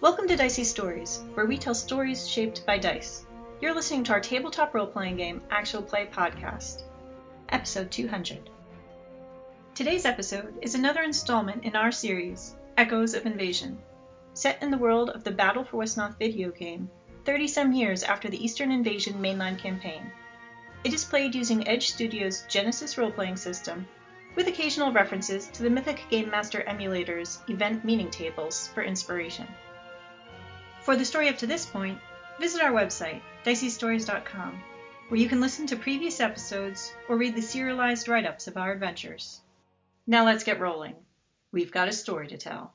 Welcome to Dicey Stories, where we tell stories shaped by dice. You're listening to our tabletop role playing game, Actual Play Podcast, episode 200. Today's episode is another installment in our series, Echoes of Invasion. Set in the world of the Battle for Westnoth video game, 30 some years after the Eastern Invasion mainline campaign, it is played using Edge Studios' Genesis role playing system, with occasional references to the Mythic Game Master emulator's event meaning tables for inspiration. For the story up to this point, visit our website, diceystories.com, where you can listen to previous episodes or read the serialized write ups of our adventures. Now let's get rolling. We've got a story to tell.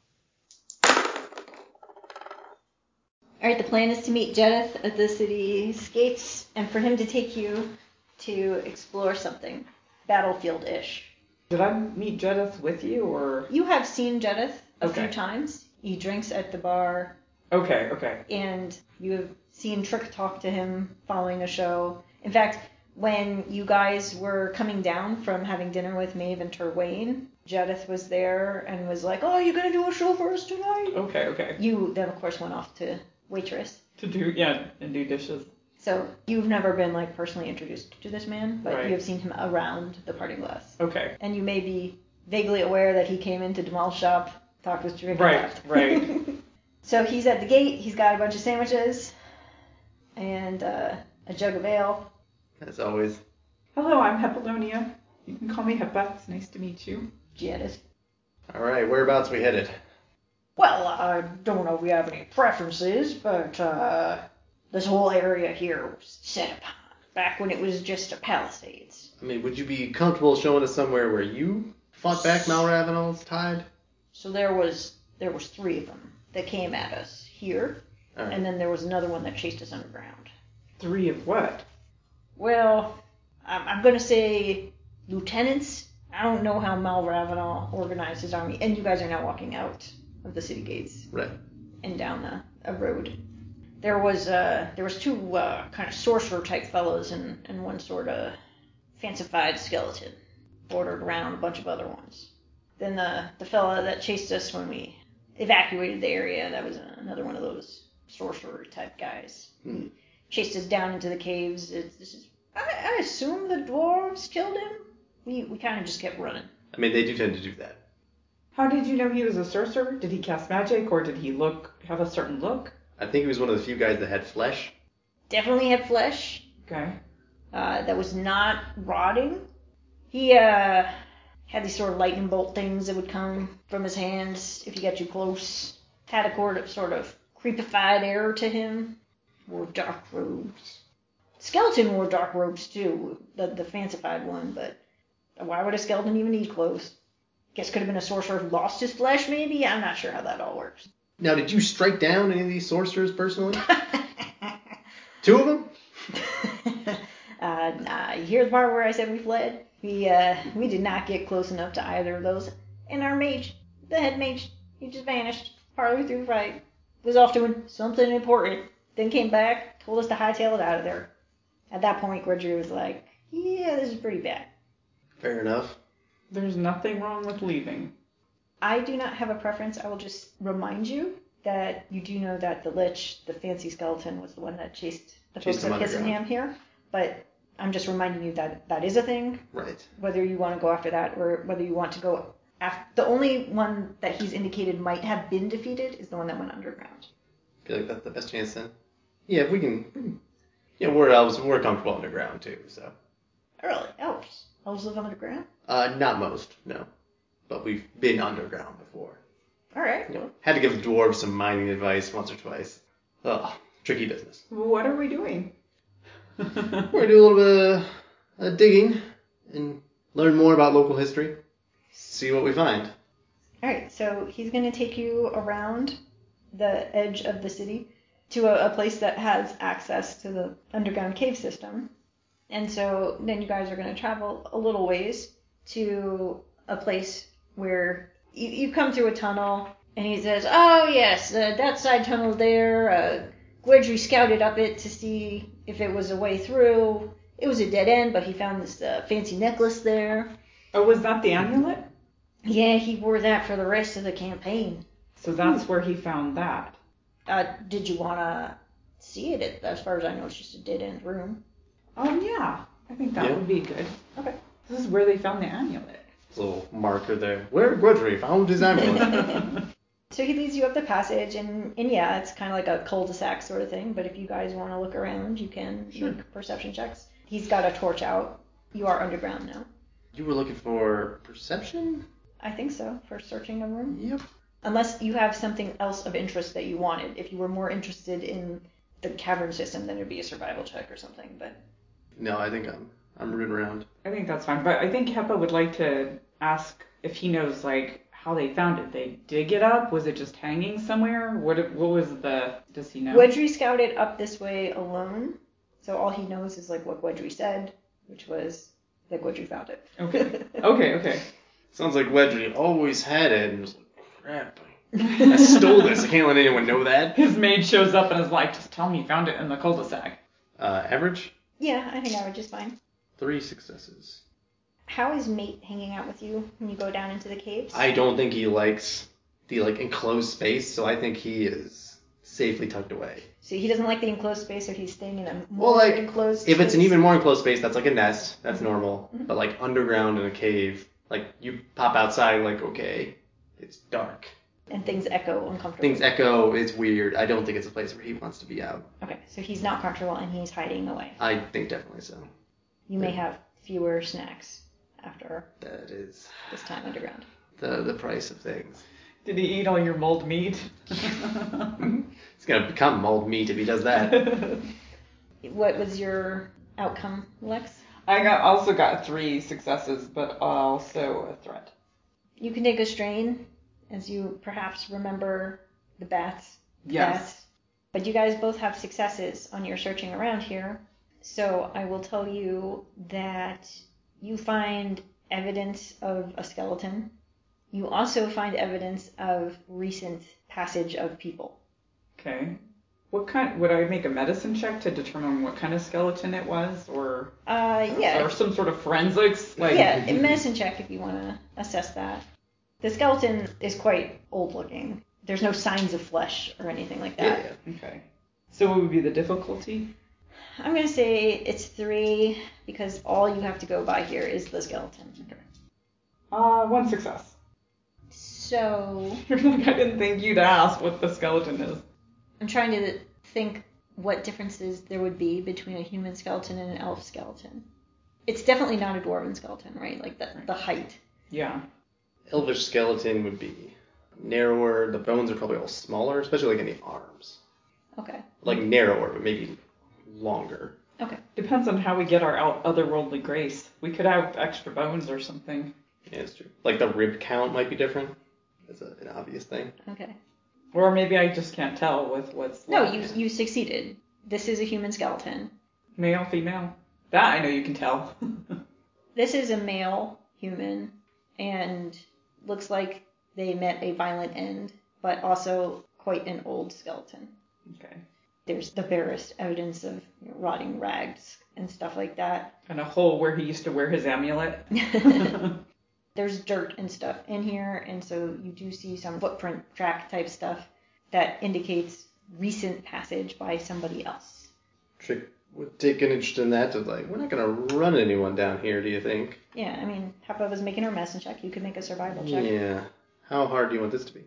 All right, the plan is to meet Jedith at the city's gates and for him to take you to explore something battlefield ish. Did I meet Jedith with you or? You have seen Jedith a few Okay. times. He drinks at the bar Okay, okay. and you have seen Trick talk to him following a show. In fact, when you guys were coming down from having dinner with Maeve and Terwayne, Jedith was there and was like, Oh, you're going to do a show for us tonight? Okay, okay. You then, of course, went off to waitress. To do, yeah, and do dishes. So you've never been like personally introduced to this man, but Right. you have seen him around the parting glass, Okay. and you may be vaguely aware that he came into Demal's shop, talked with Drake, and Right, left. right. so he's at the gate. He's got a bunch of sandwiches and uh, a jug of ale. As always. Hello, I'm Hepalonia. You can call me Hepa. It's nice to meet you. Giadis. All right, whereabouts we headed? Well, I don't know if we have any preferences, but uh, this whole area here was set upon back when it was just a palisades. I mean, would you be comfortable showing us somewhere where you fought back Malravenel's tide? So there was there was three of them that came at us here, All right. and then there was another one that chased us underground. Three of what? Well, I'm, I'm gonna say lieutenants. I don't know how Mal Ravenel organized his army, and you guys are now walking out of the city gates Right. and down a, a road. There was uh, there was two uh, kind of sorcerer type fellows and, and one sort of fancified skeleton bordered around a bunch of other ones. Then the the fella that chased us when we evacuated the area that was another one of those sorcerer type guys. Hmm. He chased us down into the caves. It's, this is I, I assume the dwarves killed him. We we kind of just kept running. I mean, they do tend to do that. How did you know he was a sorcerer? Did he cast magic or did he look have a certain look? I think he was one of the few guys that had flesh. Definitely had flesh. Okay. uh, that was not rotting. He uh, had these sort of lightning bolt things that would come from his hands if he got too close. Had a sort of, sort of creepified air to him. Wore dark robes. Skeleton wore dark robes too, the, the fancified one, but why would a skeleton even need clothes? Guess could have been a sorcerer who lost his flesh, maybe? I'm not sure how that all works. Now, did you strike down any of these sorcerers personally? Two of them? Uh, nah, you hear the part where I said we fled? We uh, we did not get close enough to either of those. And our mage, the head mage, he just vanished partly through the fight. Was off doing something important. Then came back, told us to hightail it out of there. At that point, Gregory was like, "Yeah, this is pretty bad." Fair enough. There's nothing wrong with leaving. I do not have a preference. I will just remind you that you do know that the Lich, the fancy skeleton, was the one that chased the Chased folks him at Kissingham underground. here. But I'm just reminding you that that is a thing. Right. whether you want to go after that or whether you want to go after the only one that he's indicated might have been defeated is the one that went underground. feel like that's the best chance then. Yeah, if we can. Yeah, we're elves. We're comfortable underground too, so. Really? Elves. Oh, Elves live underground? Uh, not most, no. But we've been underground before. All right. You know, had to give dwarves some mining advice once or twice. Ugh, tricky business. What are we doing? We're gonna do a little bit of uh, digging and learn more about local history. See what we find. All right. So he's going to take you around the edge of the city to a, a place that has access to the underground cave system. And so then you guys are going to travel a little ways to a place where you, you come through a tunnel and he says, Oh, yes, uh, that side tunnel there. Uh, Gwedry scouted up it to see if it was a way through. It was a dead end, but he found this uh, fancy necklace there. Oh, was that the amulet? Yeah, he wore that for the rest of the campaign. Hmm. So that's where he found that. Uh, did you want to see it? It- As far as I know, it's just a dead end room. Um, yeah, I think that Yeah. would be good. Okay. This is where they found the amulet. Little marker there. Where Grudgery found his amulet. So he leads you up the passage, and, and yeah, it's kind of like a cul-de-sac sort of thing. But if you guys want to look around, you can make perception checks. He's got a torch out. You are underground now. you were looking for perception? I think so for searching a room, Yep. unless you have something else of interest that you wanted. If you were more interested in the cavern system, then it'd be a survival check or something. But No, I think I'm I'm rooting around. I think that's fine, but I think Hepa would like to ask if he knows like how they found it. They dig it up? Was it just hanging somewhere? What what was the? Does he know? Wedry scouted up this way alone, so all he knows is like what Wedry said, which was that Wedry found it. Okay. Okay. Okay. Sounds like Wedry always had it and was like, crap. I stole this. I can't let anyone know that. His maid shows up and is like, "Just tell me you found it in the cul-de-sac." Uh, average yeah, I think I would just fine. three successes. How is Mate hanging out with you when you go down into the caves? I don't think he likes the like enclosed space, so I think he is safely tucked away. so he doesn't like the enclosed space, so he's staying in a more Well, like, enclosed. If it's an space. even more enclosed space, that's like a nest. That's normal. But like underground in a cave, like you pop outside, like okay, it's dark. and things echo uncomfortably. Things echo. It's weird. I don't think it's a place where he wants to be out. okay, so he's not comfortable and he's hiding away. I think definitely so. You may have fewer snacks after That is this time underground. the the price of things. Did he eat all your mold meat? It's gonna become mold meat if he does that. What was your outcome, Lex? I got also got three successes, but also a threat. You can take a strain as you perhaps remember the baths. Yes. Baths. But you guys both have successes on your searching around here. So I will tell you that you find evidence of a skeleton. You also find evidence of recent passage of people. Okay. What kind? Would I make a medicine check to determine what kind of skeleton it was, or Uh, or yeah. some sort of forensics? Like, Yeah, a medicine check if you want to assess that. The skeleton is quite old looking. There's no signs of flesh or anything like that. Yeah. Okay. So what would be the difficulty? I'm gonna say it's three because all you have to go by here is the skeleton. Uh, one success. So You're like, I didn't think you'd ask what the skeleton is. I'm trying to think what differences there would be between a human skeleton and an elf skeleton. It's definitely not a dwarven skeleton, right? Like the the height. Yeah. Elvish skeleton would be narrower. The bones are probably all smaller, especially like in the arms. Okay. Like narrower, but maybe longer. Okay. Depends on how we get our out- otherworldly grace. We could have extra bones or something. Yeah, it's true. Like the rib count might be different. That's a, an obvious thing. Okay. Or maybe I just can't tell with what's. No, left. you you succeeded. This is a human skeleton. Male, female. That I know you can tell. This is a male human and looks like they met a violent end, but also quite an old skeleton. okay. there's the barest evidence of you know, rotting rags and stuff like that. And a hole where he used to wear his amulet. There's dirt and stuff in here, and so you do see some footprint track type stuff that indicates recent passage by somebody else. Trick would take an interest in that. Of like, we're not gonna run anyone down here. Do you think? Yeah, I mean, Papa was making her medicine check. You could make a survival check. Yeah. How hard do you want this to be?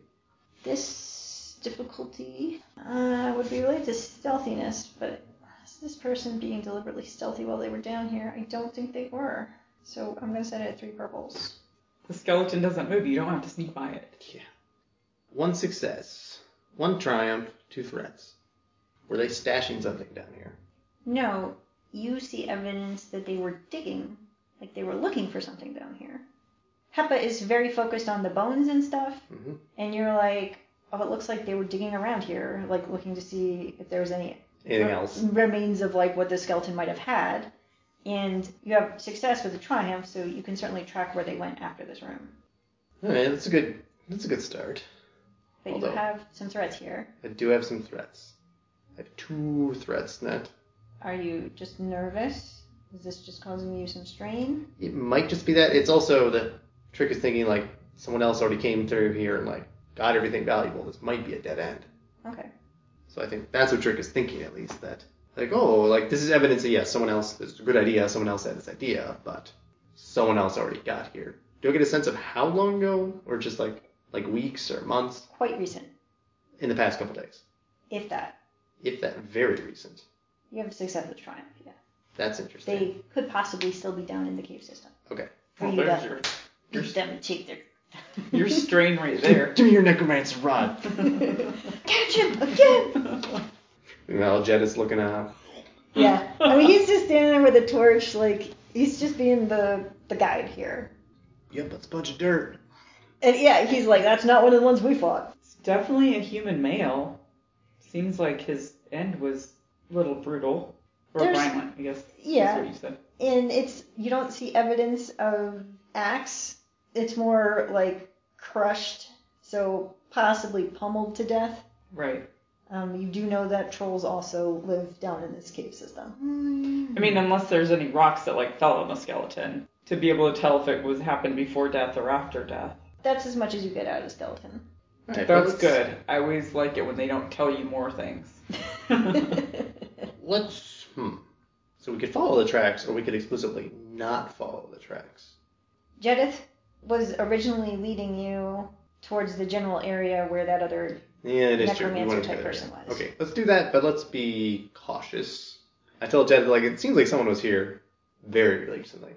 This difficulty uh, would be related to stealthiness, but is this person being deliberately stealthy while they were down here? I don't think they were. So I'm going to set it at three purples. The skeleton doesn't move. You don't have to sneak by it. One success, one triumph, two threats. Were they stashing something down here? No, you see evidence that they were digging, like they were looking for something down here. Hepa is very focused on the bones and stuff, Mhm. and you're like, oh, it looks like they were digging around here, like looking to see if there was any Anything else? remains of like what the skeleton might have had. And you have success with the triumph, so you can certainly track where they went after this room. All right, that's a good. That's a good start. But Although- you have some threats here. I do have some threats. I have two threats net. Are you just nervous? Is this just causing you some strain? It might just be that. It's also the trick is thinking like someone else already came through here and like got everything valuable. This might be a dead end. Okay. So I think that's what Trick is thinking, at least, that, like, oh, like, this is evidence that, yes, someone else, it's a good idea, someone else had this idea, but someone else already got here. Do I get a sense of how long ago, or just like, like weeks or months Quite recent, in the past couple days? if that. If that very recent. You have a successful triumph, yeah. That's interesting. They could possibly still be down in the cave system. Okay. For Well, you there's to your, beat them and take their... your strain right there. Give me your necromancer rod. Catch him again! Meanwhile, Jed is looking up. yeah. I mean, he's just standing there with a torch, like, he's just being the, the guide here. Yep, that's a bunch of dirt. And yeah, he's like, that's not one of the ones we fought. It's definitely a human male. Seems like his end was a little brutal or There's- violent. I guess Yeah. that's what you said. and it's you don't see evidence of axe. It's more like crushed, so possibly pummeled to death. Right. Um, you do know that trolls also live down in this cave system. Hmm. I mean, unless there's any rocks that like fell on the skeleton to be able to tell if it was happened before death or after death. That's as much as you get out of a skeleton. Alright, That's let's- good. I always like it when they don't tell you more things. Let's. Hmm. So we could follow the tracks, or we could explicitly not follow the tracks. Jedith was originally leading you towards the general area where that other. Yeah, it is true. We Necromancer wanna do type that, person yeah. was. Okay, let's do that, but let's be cautious. I tell Jed, like, it seems like someone was here very recently.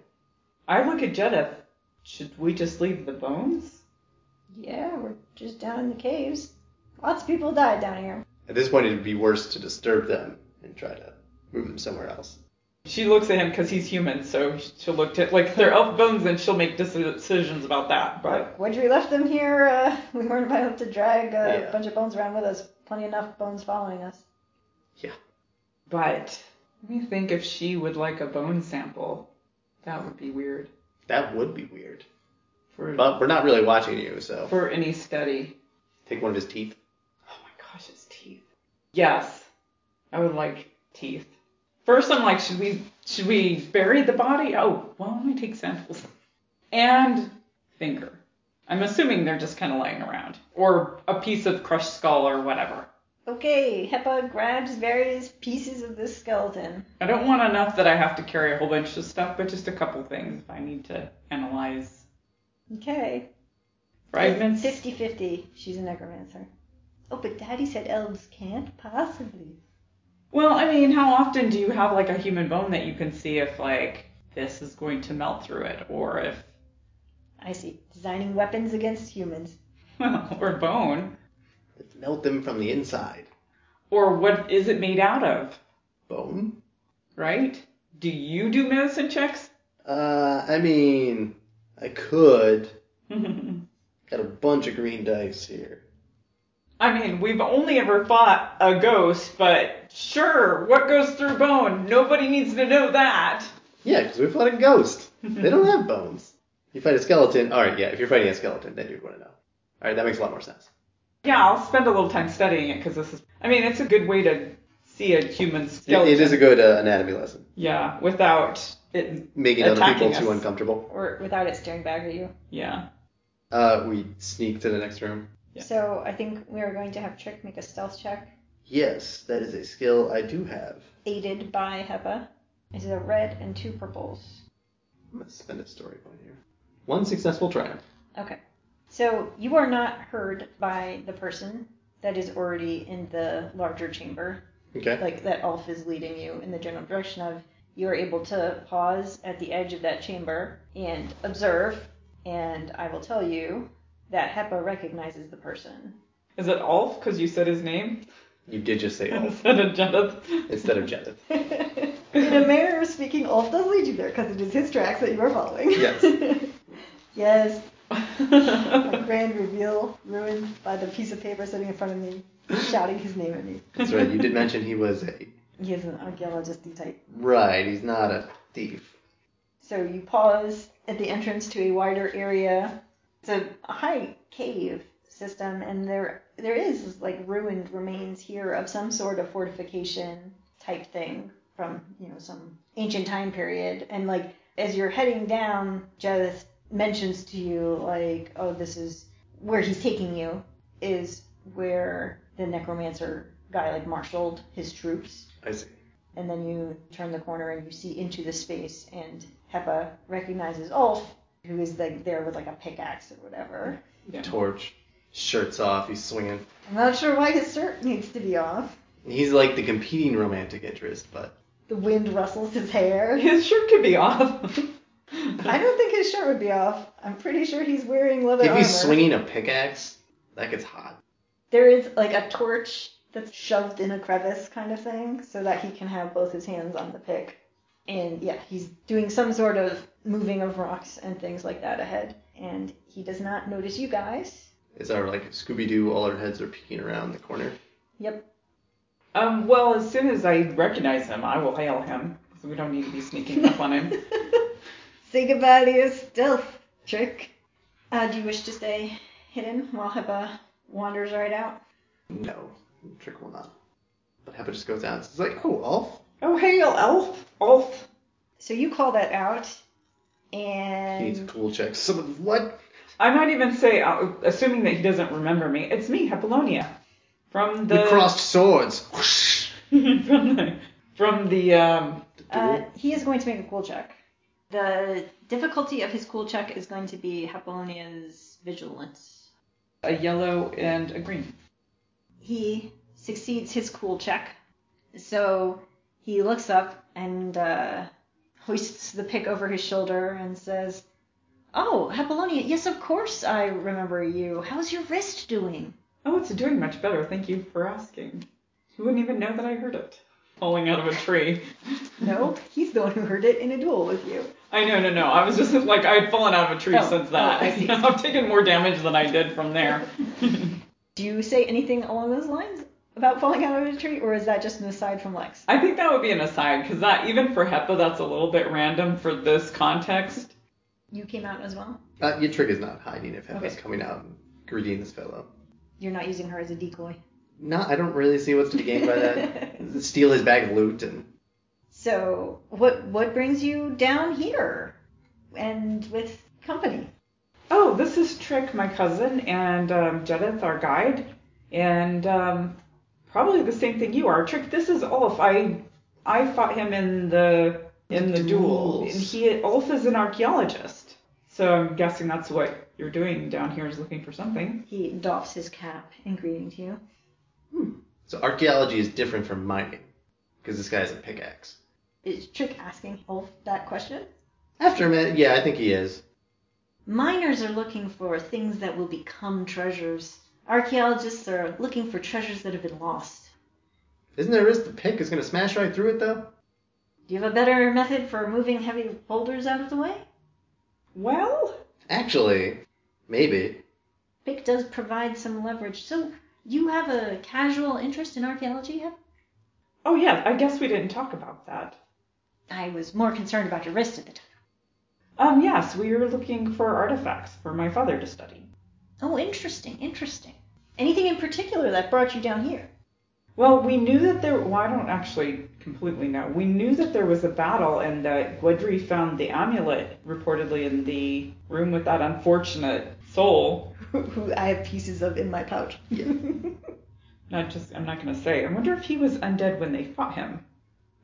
I look at Jedith. Should we just leave the bones? Yeah, we're just down in the caves. Lots of people died down here. At this point, it'd be worse to disturb them and try to move them somewhere else. She looks at him because he's human, so she'll look at like they're elf bones, and she'll make dis- decisions about that. But Like, whether we left them here, uh, we weren't about to drag uh, Yeah. a bunch of bones around with us. Plenty enough bones following us. but let me think if she would like a bone sample. That would be weird That would be weird. for But we're not really watching you, so for any study. take one of his teeth. Oh my gosh, his teeth. Yes, I would like teeth. First, I'm like, should we should we bury the body? Oh, well, let me take samples. And finger. I'm assuming they're just kind of lying around, or a piece of crushed skull or whatever. Okay, Hepa grabs various pieces of this skeleton. I don't want enough that I have to carry a whole bunch of stuff, but just a couple things if I need to analyze Okay. fragments. 50 50. She's a necromancer. Oh, but Daddy said elves can't possibly. Well, I mean, how often do you have like a human bone that you can see if like this is going to melt through it, or if I see. Designing weapons against humans. well, or bone, Let's melt them from the inside. or what is it made out of, Bone? right? Do you do medicine checks? Uh, I mean, I could. I Got a bunch of green dice here. mean, we've only ever fought a ghost, but sure, what goes through bone? Nobody needs to know that. Yeah, because we fought a ghost. They don't have bones. You fight a skeleton. All right, yeah. If you're fighting a skeleton, then you'd want to know. All right, that makes a lot more sense. Yeah, I'll spend a little time studying it because this is. I mean, it's a good way to see a human It, skeleton. it is a good uh, anatomy lesson, Yeah, without it. making other Attacking people too us. uncomfortable. Or without it staring back at you. Yeah. Uh, we sneak to the next room. Yeah. So I think we are going to have Trick make a stealth check, Yes, that is a skill I do have. aided by Hepa. This is a red and two purples. I'm gonna spend a story point here. One successful triumph. Okay. So you are not heard by the person that is already in the larger chamber, Okay. like that Ulf is leading you in the general direction of. You are able to pause at the edge of that chamber and observe, and I will tell you that Hepa recognizes the person. Is it Ulf? Because you said his name You did just say Ulf instead of Jenneth. instead of Jedith. in a manner of speaking, Ulf does lead you there because it is his tracks that you are following. Yes. yes, a grand reveal ruined by the piece of paper sitting in front of me, shouting his name at me. That's right. You did mention he was a He is an archaeologist type. right. He's not a thief. So you pause at the entrance to a wider area. It's a high cave system, and there there is like ruined remains here of some sort of fortification type thing from you know some ancient time period. And like as you're heading down, Jedith mentions to you like, oh, this is where he's taking you is where the necromancer guy like marshaled his troops I see. and then you turn the corner and you see into the space and Hepa recognizes Ulf, who is like there with like a pickaxe or whatever. Yeah. Torch, shirts off, he's swinging. I'm not sure why his shirt needs to be off. He's like the competing romantic interest, but The wind rustles his hair. His shirt could be off. I don't think his shirt would be off. I'm pretty sure he's wearing leather if armor. he's swinging a pickaxe, that gets hot. There is like a torch that's shoved in a crevice kind of thing so that he can have both his hands on the pick. And yeah, he's doing some sort of moving of rocks and things like that ahead. And he does not notice you guys. Is our like Scooby Doo? All our heads are peeking around the corner. Yep. Um, well, as soon as I recognize him, I will hail him. So we don't need to be sneaking up on him. Say goodbye to your stealth trick. Uh, do you wish to stay hidden while Hippa wanders right out? No, trick will not. But Hepa just goes out. It's like, oh, Ulf. Oh, hail, elf, elf. So you call that out, He needs a and cool check. Someone what? I might even say, uh, assuming that he doesn't remember me, it's me, Hepalonia, from the We crossed swords. Whoosh. from the from the um, uh, he is going to make a cool check. The difficulty of his cool check is going to be Hepalonia's vigilance. a yellow and a green. He succeeds his cool check, so he looks up and uh, hoists the pick over his shoulder and says, "Oh, Hepalonia, yes, of course I remember you. How's your wrist doing?" Oh, it's doing much better. Thank you for asking. You wouldn't even know that I heard it falling out of a tree. No, he's the one who heard it in a duel with you. I know, no, no. I was just like I had fallen out of a tree Oh, since that. oh, I see. I've taken more damage than I did from there. Do you say anything along those lines about falling out of a tree, or is that just an aside from Lex? I think that would be an aside because that even for HEPA, that's a little bit random for this context. You came out as well. Uh, your trick is not hiding if Hepa's Okay. coming out and greeting this fellow. You're not using her as a decoy. No, I don't really see what's to be gained by that. Steal his bag of loot and So what what brings you down here and with company? Oh, this is Trick, my cousin, and um, Jedith, our guide, and um, probably the same thing you are. Trick, this is Ulf. I I fought him in the in the duel. Duels. And he Ulf is an archaeologist, so I'm guessing that's what you're doing down here is looking for something. He doffs his cap in greeting to you. so archaeology is different from mining because this guy has a pickaxe. Is Trick asking Ulf that question? After a minute, yeah, I think he is. Miners are looking for things that will become treasures. Archaeologists are looking for treasures that have been lost. Isn't there a risk the pick is gonna smash right through it though? Do you have a better method for moving heavy boulders out of the way? Well, Actually, maybe. Pick does provide some leverage. So you have a casual interest in archaeology, Hep? oh yeah, I guess we didn't talk about that. I was more concerned about your wrist at the time. Um, yes, we were looking for artifacts for my father to study. Oh, interesting, interesting. Anything in particular that brought you down here? Well, we knew that there. Well, I don't actually completely know. We knew that there was a battle, and that Gwendry found the amulet reportedly in the room with that unfortunate soul. Who I have pieces of in my pouch. Yeah. Not just. I'm not gonna say. I wonder if he was undead when they fought him.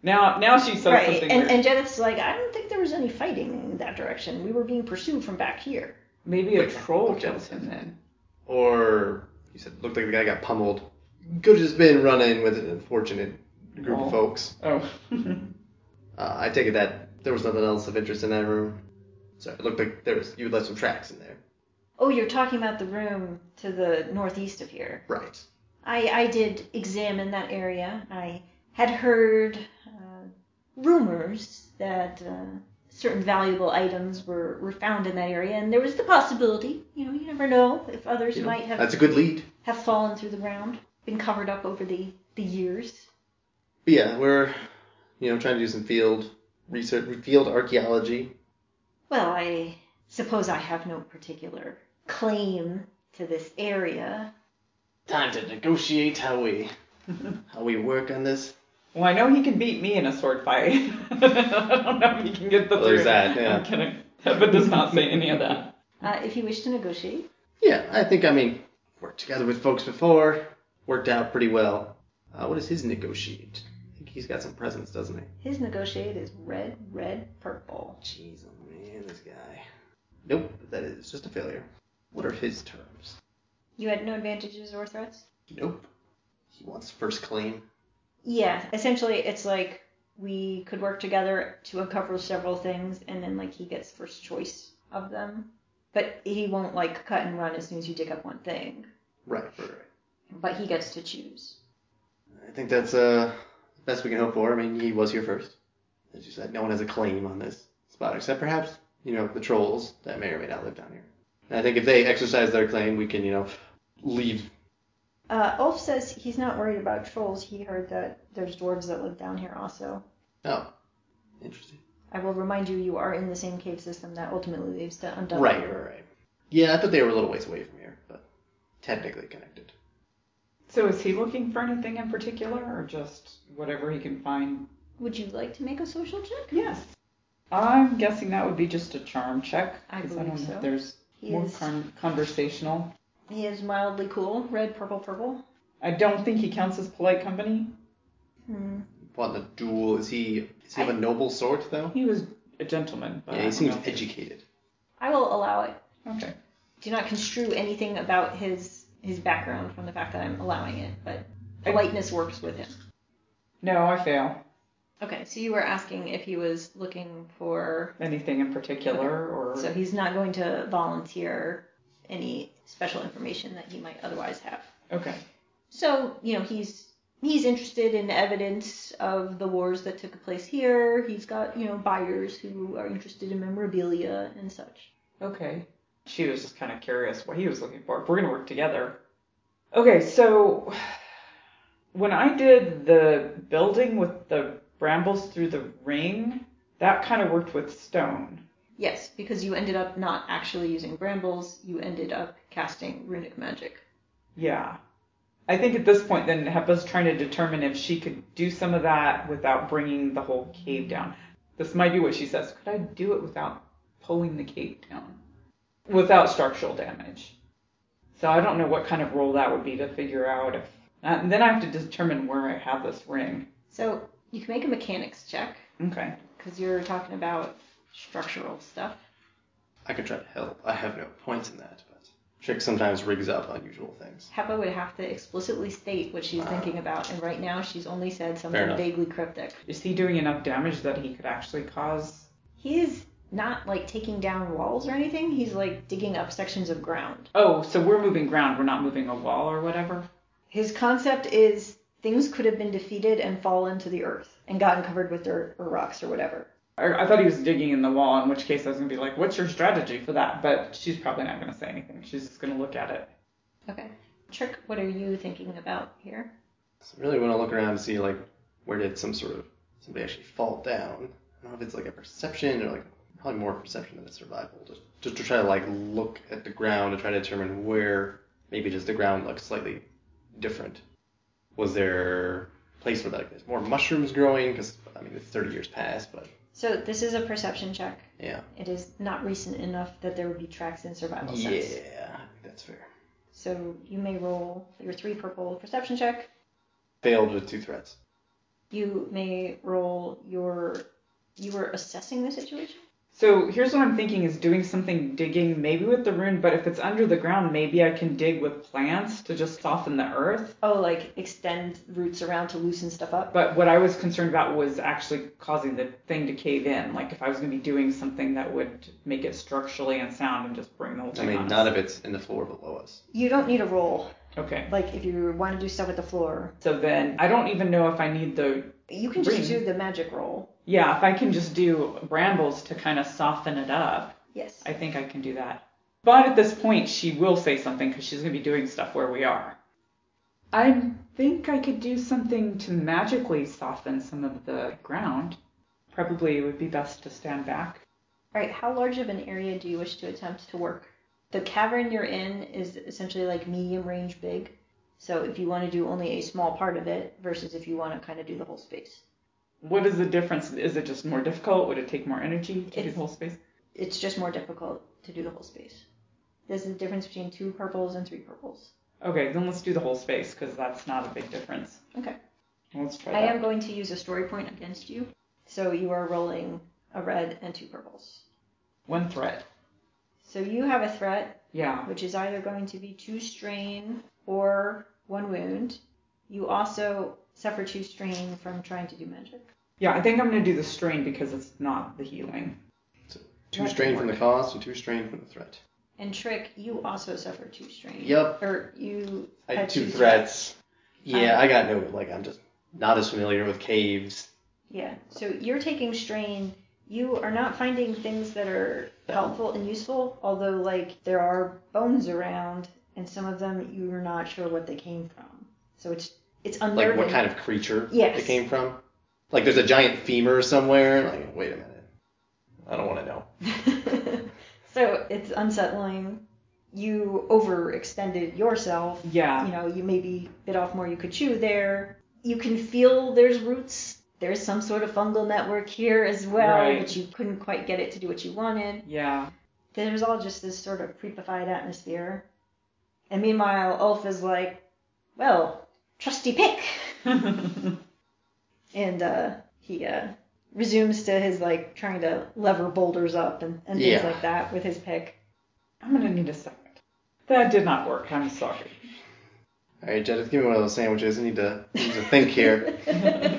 Now, now she said right, something. and, and weird. Jedith's like, I don't think there was any fighting in that direction. We were being pursued from back here. Maybe a Wait, troll okay. kills him then. Or you said looked like the guy got pummeled. Could have just been running with an unfortunate group Oh. of folks. Oh. Uh, I take it that there was nothing else of interest in that room. So it looked like there was you left some tracks in there. Oh, you're talking about the room to the northeast of here. Right. I, I did examine that area. I had heard uh, rumors that uh, certain valuable items were, were found in that area, and there was the possibility, you know, you never know if others You know, might have That's a good lead. have fallen through the ground, been covered up over the, the years. But yeah, we're you know trying to do some field research, field archaeology. Well, I suppose I have no particular claim to this area. Time to negotiate how we how we work on this. Well, I know he can beat me in a sword fight. I don't know if he can get the. Well, there's three. that, yeah. I'm kidding. But does not say any of that. Uh, if you wish to negotiate, Yeah, I think I mean worked together with folks before. worked out pretty well. Uh, what is his negotiate? I think he's got some presence, doesn't he? His negotiate is red, red, purple. Jeez, oh man, this guy. Nope, that is just a failure. What are his terms? You had no advantages or threats? Nope. He wants first claim. Yeah, essentially it's like we could work together to uncover several things and then like he gets first choice of them. But he won't like cut and run as soon as you dig up one thing. Right, right, right. But he gets to choose. I think that's uh best we can hope for. I mean, he was here first. As you said, no one has a claim on this spot except perhaps you know the trolls that may or may not live down here. And I think if they exercise their claim, we can you know leave. Uh, Ulf says he's not worried about trolls. He heard that there's dwarves that live down here also. Oh, interesting. I will remind you, you are in the same cave system that ultimately leads to Undone. Right, right, right. Yeah, I thought they were a little ways away from here, but technically connected. So is he looking for anything in particular, or just whatever he can find? Would you like to make a social check? Yes. I'm guessing that would be just a charm check. I 'cause believe don't know so. if there's He more is, con- conversational. he is mildly cool. Red, purple, purple. I don't think he counts as polite company. Hmm. What the duel? Is he? Is he of a I- noble sort though? He was a gentleman, but I Yeah, he don't seems know. educated. I will allow it. Okay. Do not construe anything about his his background from the fact that I'm allowing it, but I- politeness works with him. No, I fail. Okay, so you were asking if he was looking for. Anything in particular, or So he's not going to volunteer any special information that he might otherwise have. okay. So you know he's he's interested in evidence of the wars that took place here. He's got you know buyers who are interested in memorabilia and such. Okay. She was just kind of curious what he was looking for. If we're going to work together. Okay, so when I did the building with the brambles through the ring, that kind of worked with stone. Yes, because you ended up not actually using brambles. You ended up casting runic magic. Yeah. I think at this point, then Hepa's trying to determine if she could do some of that without bringing the whole cave down. This might be what she says. Could I do it without pulling the cave down? Without structural damage. So I don't know what kind of role that would be to figure out if. And then I have to determine where I have this ring. So you can make a mechanics check Okay. because you're talking about structural stuff. I could try to help. I have no points in that, but Trick sometimes rigs up unusual things. Hepa would have to explicitly state what she's thinking about, and right now she's only said something enough. vaguely cryptic. Is he doing enough damage that he could actually cause? He's not like taking down walls or anything. He's like digging up sections of ground. Oh, so we're moving ground. We're not moving a wall or whatever. His concept is things could have been defeated and fallen to the earth and gotten covered with dirt or rocks or whatever. I, I thought he was digging in the wall, in which case I was gonna be like, "What's your strategy for that?" But she's probably not gonna say anything. She's just gonna look at it. Okay. Trick, what are you thinking about here? So I really want to look around and see like where did some sort of somebody actually fall down. I don't know if it's like a perception or like probably more perception than a survival. Just, just to try to like look at the ground and try to determine where maybe just the ground looks slightly different. Was there a place where like there's more mushrooms growing? Because I mean it's 30 years past, but So this is a perception check. yeah, It is not recent enough that there would be tracks in survival yeah, I sense. think that's fair. So you may roll your three purple perception check. Failed with two threats. You may roll your. You were assessing the situation. So here's what I'm thinking: is doing something digging, maybe with the rune, but if it's under the ground, maybe I can dig with plants to just soften the earth. Oh, like extend roots around to loosen stuff up. But what I was concerned about was actually causing the thing to cave in. Like if I was gonna be doing something that would make it structurally unsound and just bring the whole I thing. mean on none us. of it's in the floor below us. You don't need a roll. Okay. Like if you want to do stuff with the floor, So then I don't even know if I need the you can just Ring. do the magic roll. yeah. If I can just do brambles to kind of soften it up. Yes. I think I can do that. But at this point, she will say something because she's going to be doing stuff where we are. I think I could do something to magically soften some of the ground. Probably it would be best to stand back. All right. How large of an area do you wish to attempt to work? The cavern you're in is essentially like medium range big. So if you want to do only a small part of it versus if you want to kind of do the whole space. What is the difference? Is it just more difficult? Would it take more energy to do It's- the whole space? it's just more difficult to do the whole space. There's a difference between two purples and three purples. Okay, then let's do the whole space because that's not a big difference. Okay. Let's try I that. am going to use a story point against you. So you are rolling a red and two purples. One threat. So you have a threat, Yeah. which is either going to be two strain or one wound. You also suffer two strain from trying to do magic. Yeah, I think I'm gonna do the strain because it's not the healing. Two strain from the cost and two strain from the threat. And trick, you also suffer two strain. Yep. Or you I had had two two threats. Yeah, Um, I got no. Like I'm just not as familiar with caves. Yeah. So you're taking strain. You are not finding things that are helpful and useful, although like there are bones around and some of them you're not sure what they came from. So it's it's Like unnerving. what kind of creature Yes. it came from? Like there's a giant femur somewhere. Like wait a minute, I don't want to know. so it's unsettling. You overextended yourself. Yeah. You know, you maybe bit off more you could chew there. You can feel there's roots. There's some sort of fungal network here as well, Right. but you couldn't quite get it to do what you wanted. Yeah. there's all just this sort of creepified atmosphere. And meanwhile, Ulf is like, well, trusty pick. And uh, he uh, resumes to his like trying to lever boulders up and, and things Yeah. like that with his pick. I'm gonna need a second. That did not work. I'm sorry. All right, Jedith, give me one of those sandwiches. I need to, I need to think here.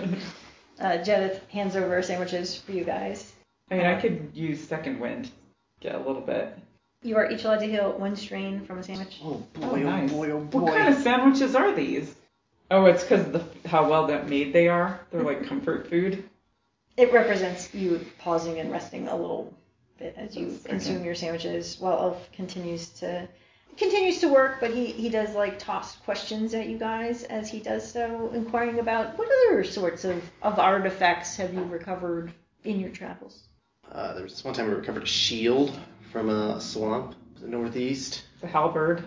Uh, Jedith hands over sandwiches for you guys. I mean, I could use second wind. Get a little bit. You are each allowed to heal one strain from a sandwich. Oh boy! Oh, nice. What kind of sandwiches are these? Oh, it's because of the, how well that made they are. They're like comfort food. It represents you pausing and resting a little bit as you That's okay. consume your sandwiches while Elf continues to continues to work, but he, he does like toss questions at you guys as he does so, inquiring about what other sorts of, of artifacts have you recovered in your travels? Uh, there was this one time we recovered a shield from a swamp in the northeast. The halberd.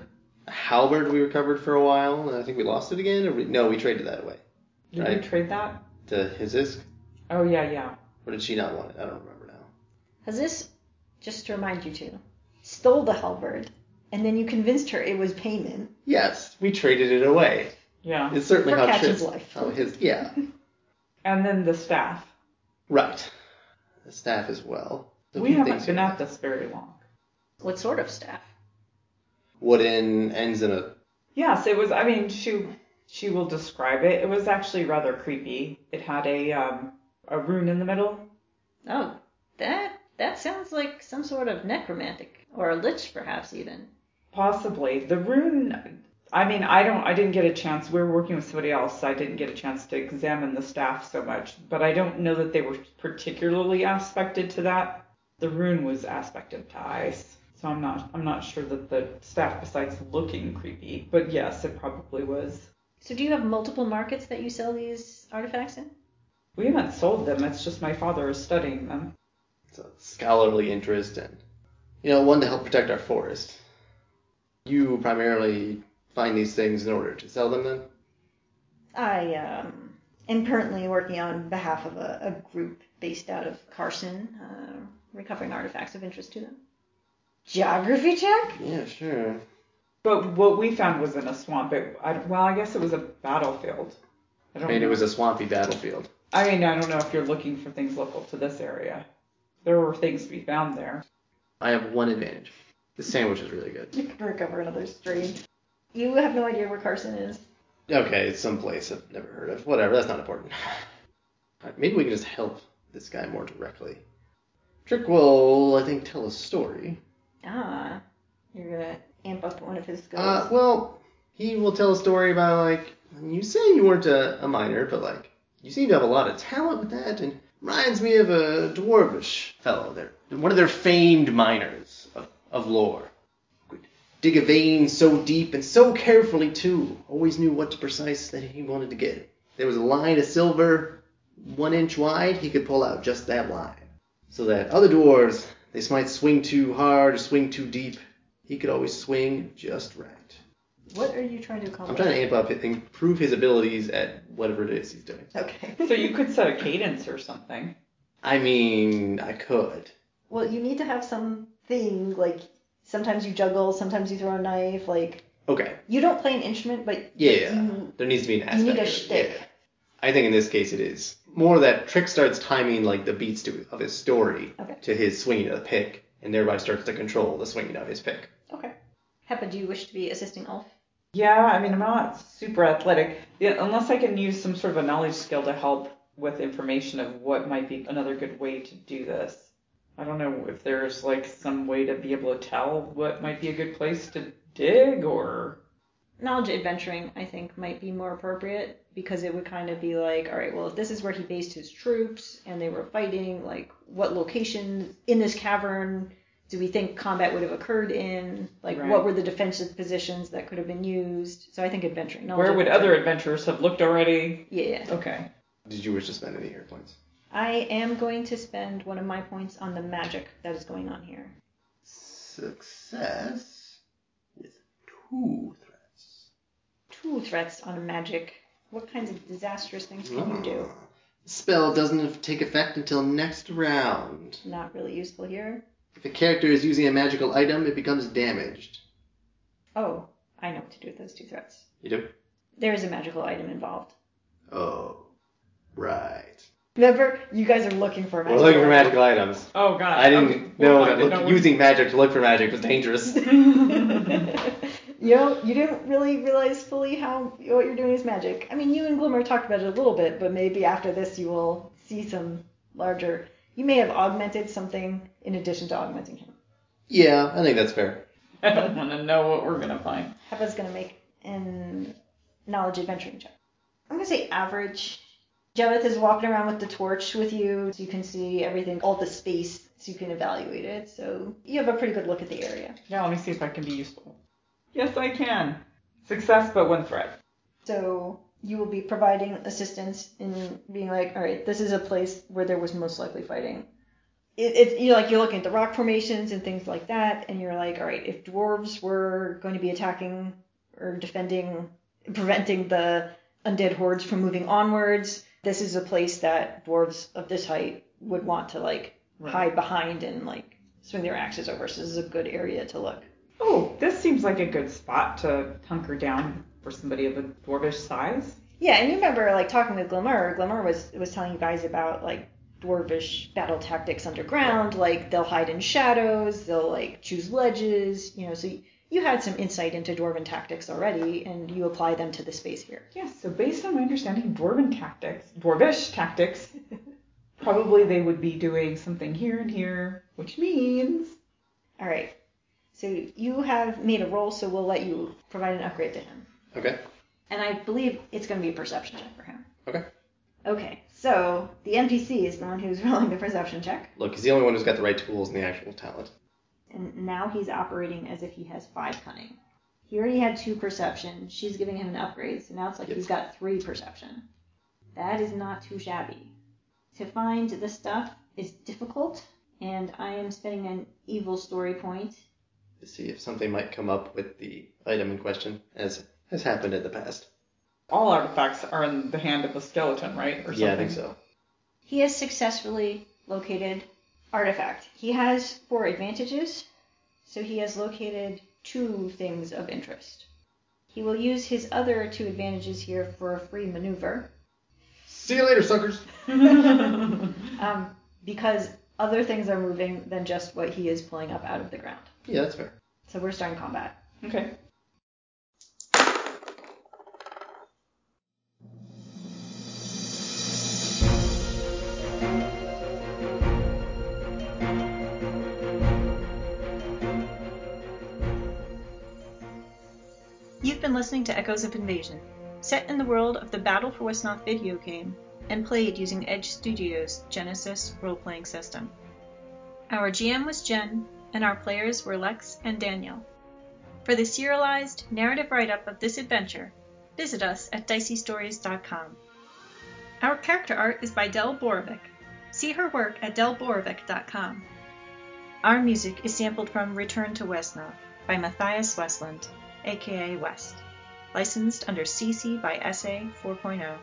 A halberd we recovered for a while, and I think we lost it again. Or we, no, we traded that away Did Right. we trade that? to Hizisk. Oh yeah, yeah. Or did she not want it? I don't remember now. Has this just to remind you two, stole the halberd and then you convinced her it was payment. Yes, we traded it away. Yeah. It's certainly For how Catch's Tris- life. How his yeah. And then the staff. Right. The staff as well. So we few haven't things been here. at this very long. What sort of staff? Wooden ends in a Yes, it was. I mean, she she will describe it. It was actually rather creepy. It had a um a rune in the middle. Oh, that that sounds like some sort of necromantic or a lich, perhaps even. Possibly the rune. I mean, I don't. I didn't get a chance. We were working with somebody else. So I didn't get a chance to examine the staff so much. But I don't know that they were particularly aspected to that. The rune was aspected to ice. So I'm not. I'm not sure that the staff, besides looking creepy, but yes, it probably was. So, do you have multiple markets that you sell these artifacts in? We haven't sold them. It's just my father is studying them. it's a scholarly interest and you know, one to help protect our forest. You primarily find these things in order to sell them then? I um, am currently working on behalf of a, a group based out of Carson, uh, recovering artifacts of interest to them. Geography check? Yeah, sure. But what we found was in a swamp. It, I, well, I guess it was a battlefield. I I don't. mean it know. was a swampy battlefield. I mean, I don't know if you're looking for things local to this area. There were things to be found there. I have one advantage. The sandwich is really good. You can recover another strain. You have no idea where Carson is. Okay, it's someplace I've never heard of. Whatever, that's not important. Alright, Maybe we can just help this guy more directly. Trick will, I think, tell a story. Ah, you're gonna amp up one of his skills. Uh, well, he will tell a story about, like, you say you weren't a, a miner, but, like, you seem to have a lot of talent with that, and reminds me of a dwarvish fellow there. One of their famed miners of, of lore. Could dig a vein so deep and so carefully, too. Always knew what to precise that he wanted to get. There was a line of silver one inch wide, he could pull out just that line. So that other dwarves, they might swing too hard or swing too deep, he could always swing just right. what are you trying to I'm accomplish? trying to amp up, improve his abilities at whatever it is he's doing. Okay. So you could set a cadence or something. I mean, I could. Well, you need to have some thing like sometimes you juggle, sometimes you throw a knife, like Okay. You don't play an instrument, but Yeah. yeah. You- there needs to be an Mm-hmm. you need aspect. a of it. shtick. Yeah. I think in this case it is more that Trick starts timing like the beats to of his story Okay. to his swinging of the pick, and thereby starts to control the swinging of his pick. Okay. Hepa, do you wish to be assisting Ulf? Yeah, I mean, I'm not super athletic. Yeah, unless I can use some sort of a knowledge skill to help with information of what might be another good way to do this. I don't know if there's like some way to be able to tell what might be a good place to dig or. Knowledge adventuring, I think, might be more appropriate because it would kind of be like, all right, well, if this is where he based his troops and they were fighting, like, what locations in this cavern do we think combat would have occurred in? Like, Right. what were the defensive positions that could have been used? So I think adventuring. knowledge Where would adventuring. other adventurers have looked already? Yeah, yeah. Okay. Did you wish to spend any air points? I am going to spend one of my points on the magic that is going on here. Success with two threats. Two threats on magic. What kinds of disastrous things can you do? Spell doesn't take effect until next round. Not really useful here. If a character is using a magical item, it becomes damaged. Oh, I know what to do with those two threats. You do? There is a magical item involved. Oh, right. Remember, you guys are looking for a We're magic. looking for magical items. Oh God. I didn't Okay, we'll know find that it, look- don't worry. using magic to look for magic was dangerous. you know, you didn't really realize fully how what you're doing is magic. I mean, you and Glimmer talked about it a little bit, but maybe after this you will see some larger. You may have augmented something in addition to augmenting him. yeah, I think that's fair. I don't want to know what we're gonna find. Hepa's gonna make an knowledge adventuring check. I'm gonna say average. Jeveth is walking around with the torch with you, so you can see everything, all the space, so you can evaluate it. So you have a pretty good look at the area. Yeah, let me see if I can be useful. Yes, I can. Success, but one threat. So you will be providing assistance in being like, all right, this is a place where there was most likely fighting. It, it's you know, like you're looking at the rock formations and things like that, and you're like, all right, if dwarves were going to be attacking or defending, preventing the undead hordes from moving onwards, this is a place that dwarves of this height would want to like Right. hide behind and like swing their axes over. So this is a good area to look. Oh, this seems like a good spot to hunker down for somebody of a dwarvish size. Yeah, and you remember like talking with Glimmer. Glimmer was was telling you guys about like dwarvish battle tactics underground. Like they'll hide in shadows. They'll like choose ledges. You know, so you, you had some insight into dwarven tactics already, and you apply them to the space here. Yes, so based on my understanding, dwarven tactics, dwarvish tactics, probably they would be doing something here and here, which means All right. So you have made a roll, so we'll let you provide an upgrade to him. Okay. And I believe it's gonna be a perception check for him. Okay. Okay. So the NPC is the one who's rolling the perception check, Look, he's the only one who's got the right tools and the actual talent. and now he's operating as if he has five cunning. He already had two perception. She's giving him an upgrade, so now it's like Yes. he's got three perception. That is not too shabby. To find the stuff is difficult, and I am spending an evil story point. To see if something might come up with the item in question, as has happened in the past. all artifacts are in the hand of a skeleton, right? Or Yeah, I think so. He has successfully located artifact. He has four advantages, so he has located two things of interest. He will use his other two advantages here for a free maneuver See you later, suckers. Um, because other things are moving than just what he is pulling up out of the ground. Yeah, that's fair. So we're starting combat. Okay. You've been listening to Echoes of Invasion, set in the world of the Battle for Westnoth video game and played using Edge Studios' Genesis role playing system. Our GM was Jen, and our players were Lex and Daniel. For the serialized narrative write up of this adventure, visit us at diceystories.com. Our character art is by Del Borovic. See her work at delborovic.com. Our music is sampled from Return to Westnoth by Matthias Westland aka West, licensed under CC by SA 4.0, oh.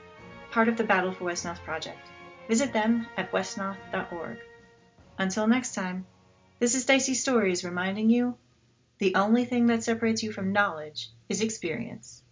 part of the Battle for Westnoth project. Visit them at westnoth.org. Until next time, this is Dicey Stories reminding you The only thing that separates you from knowledge is experience.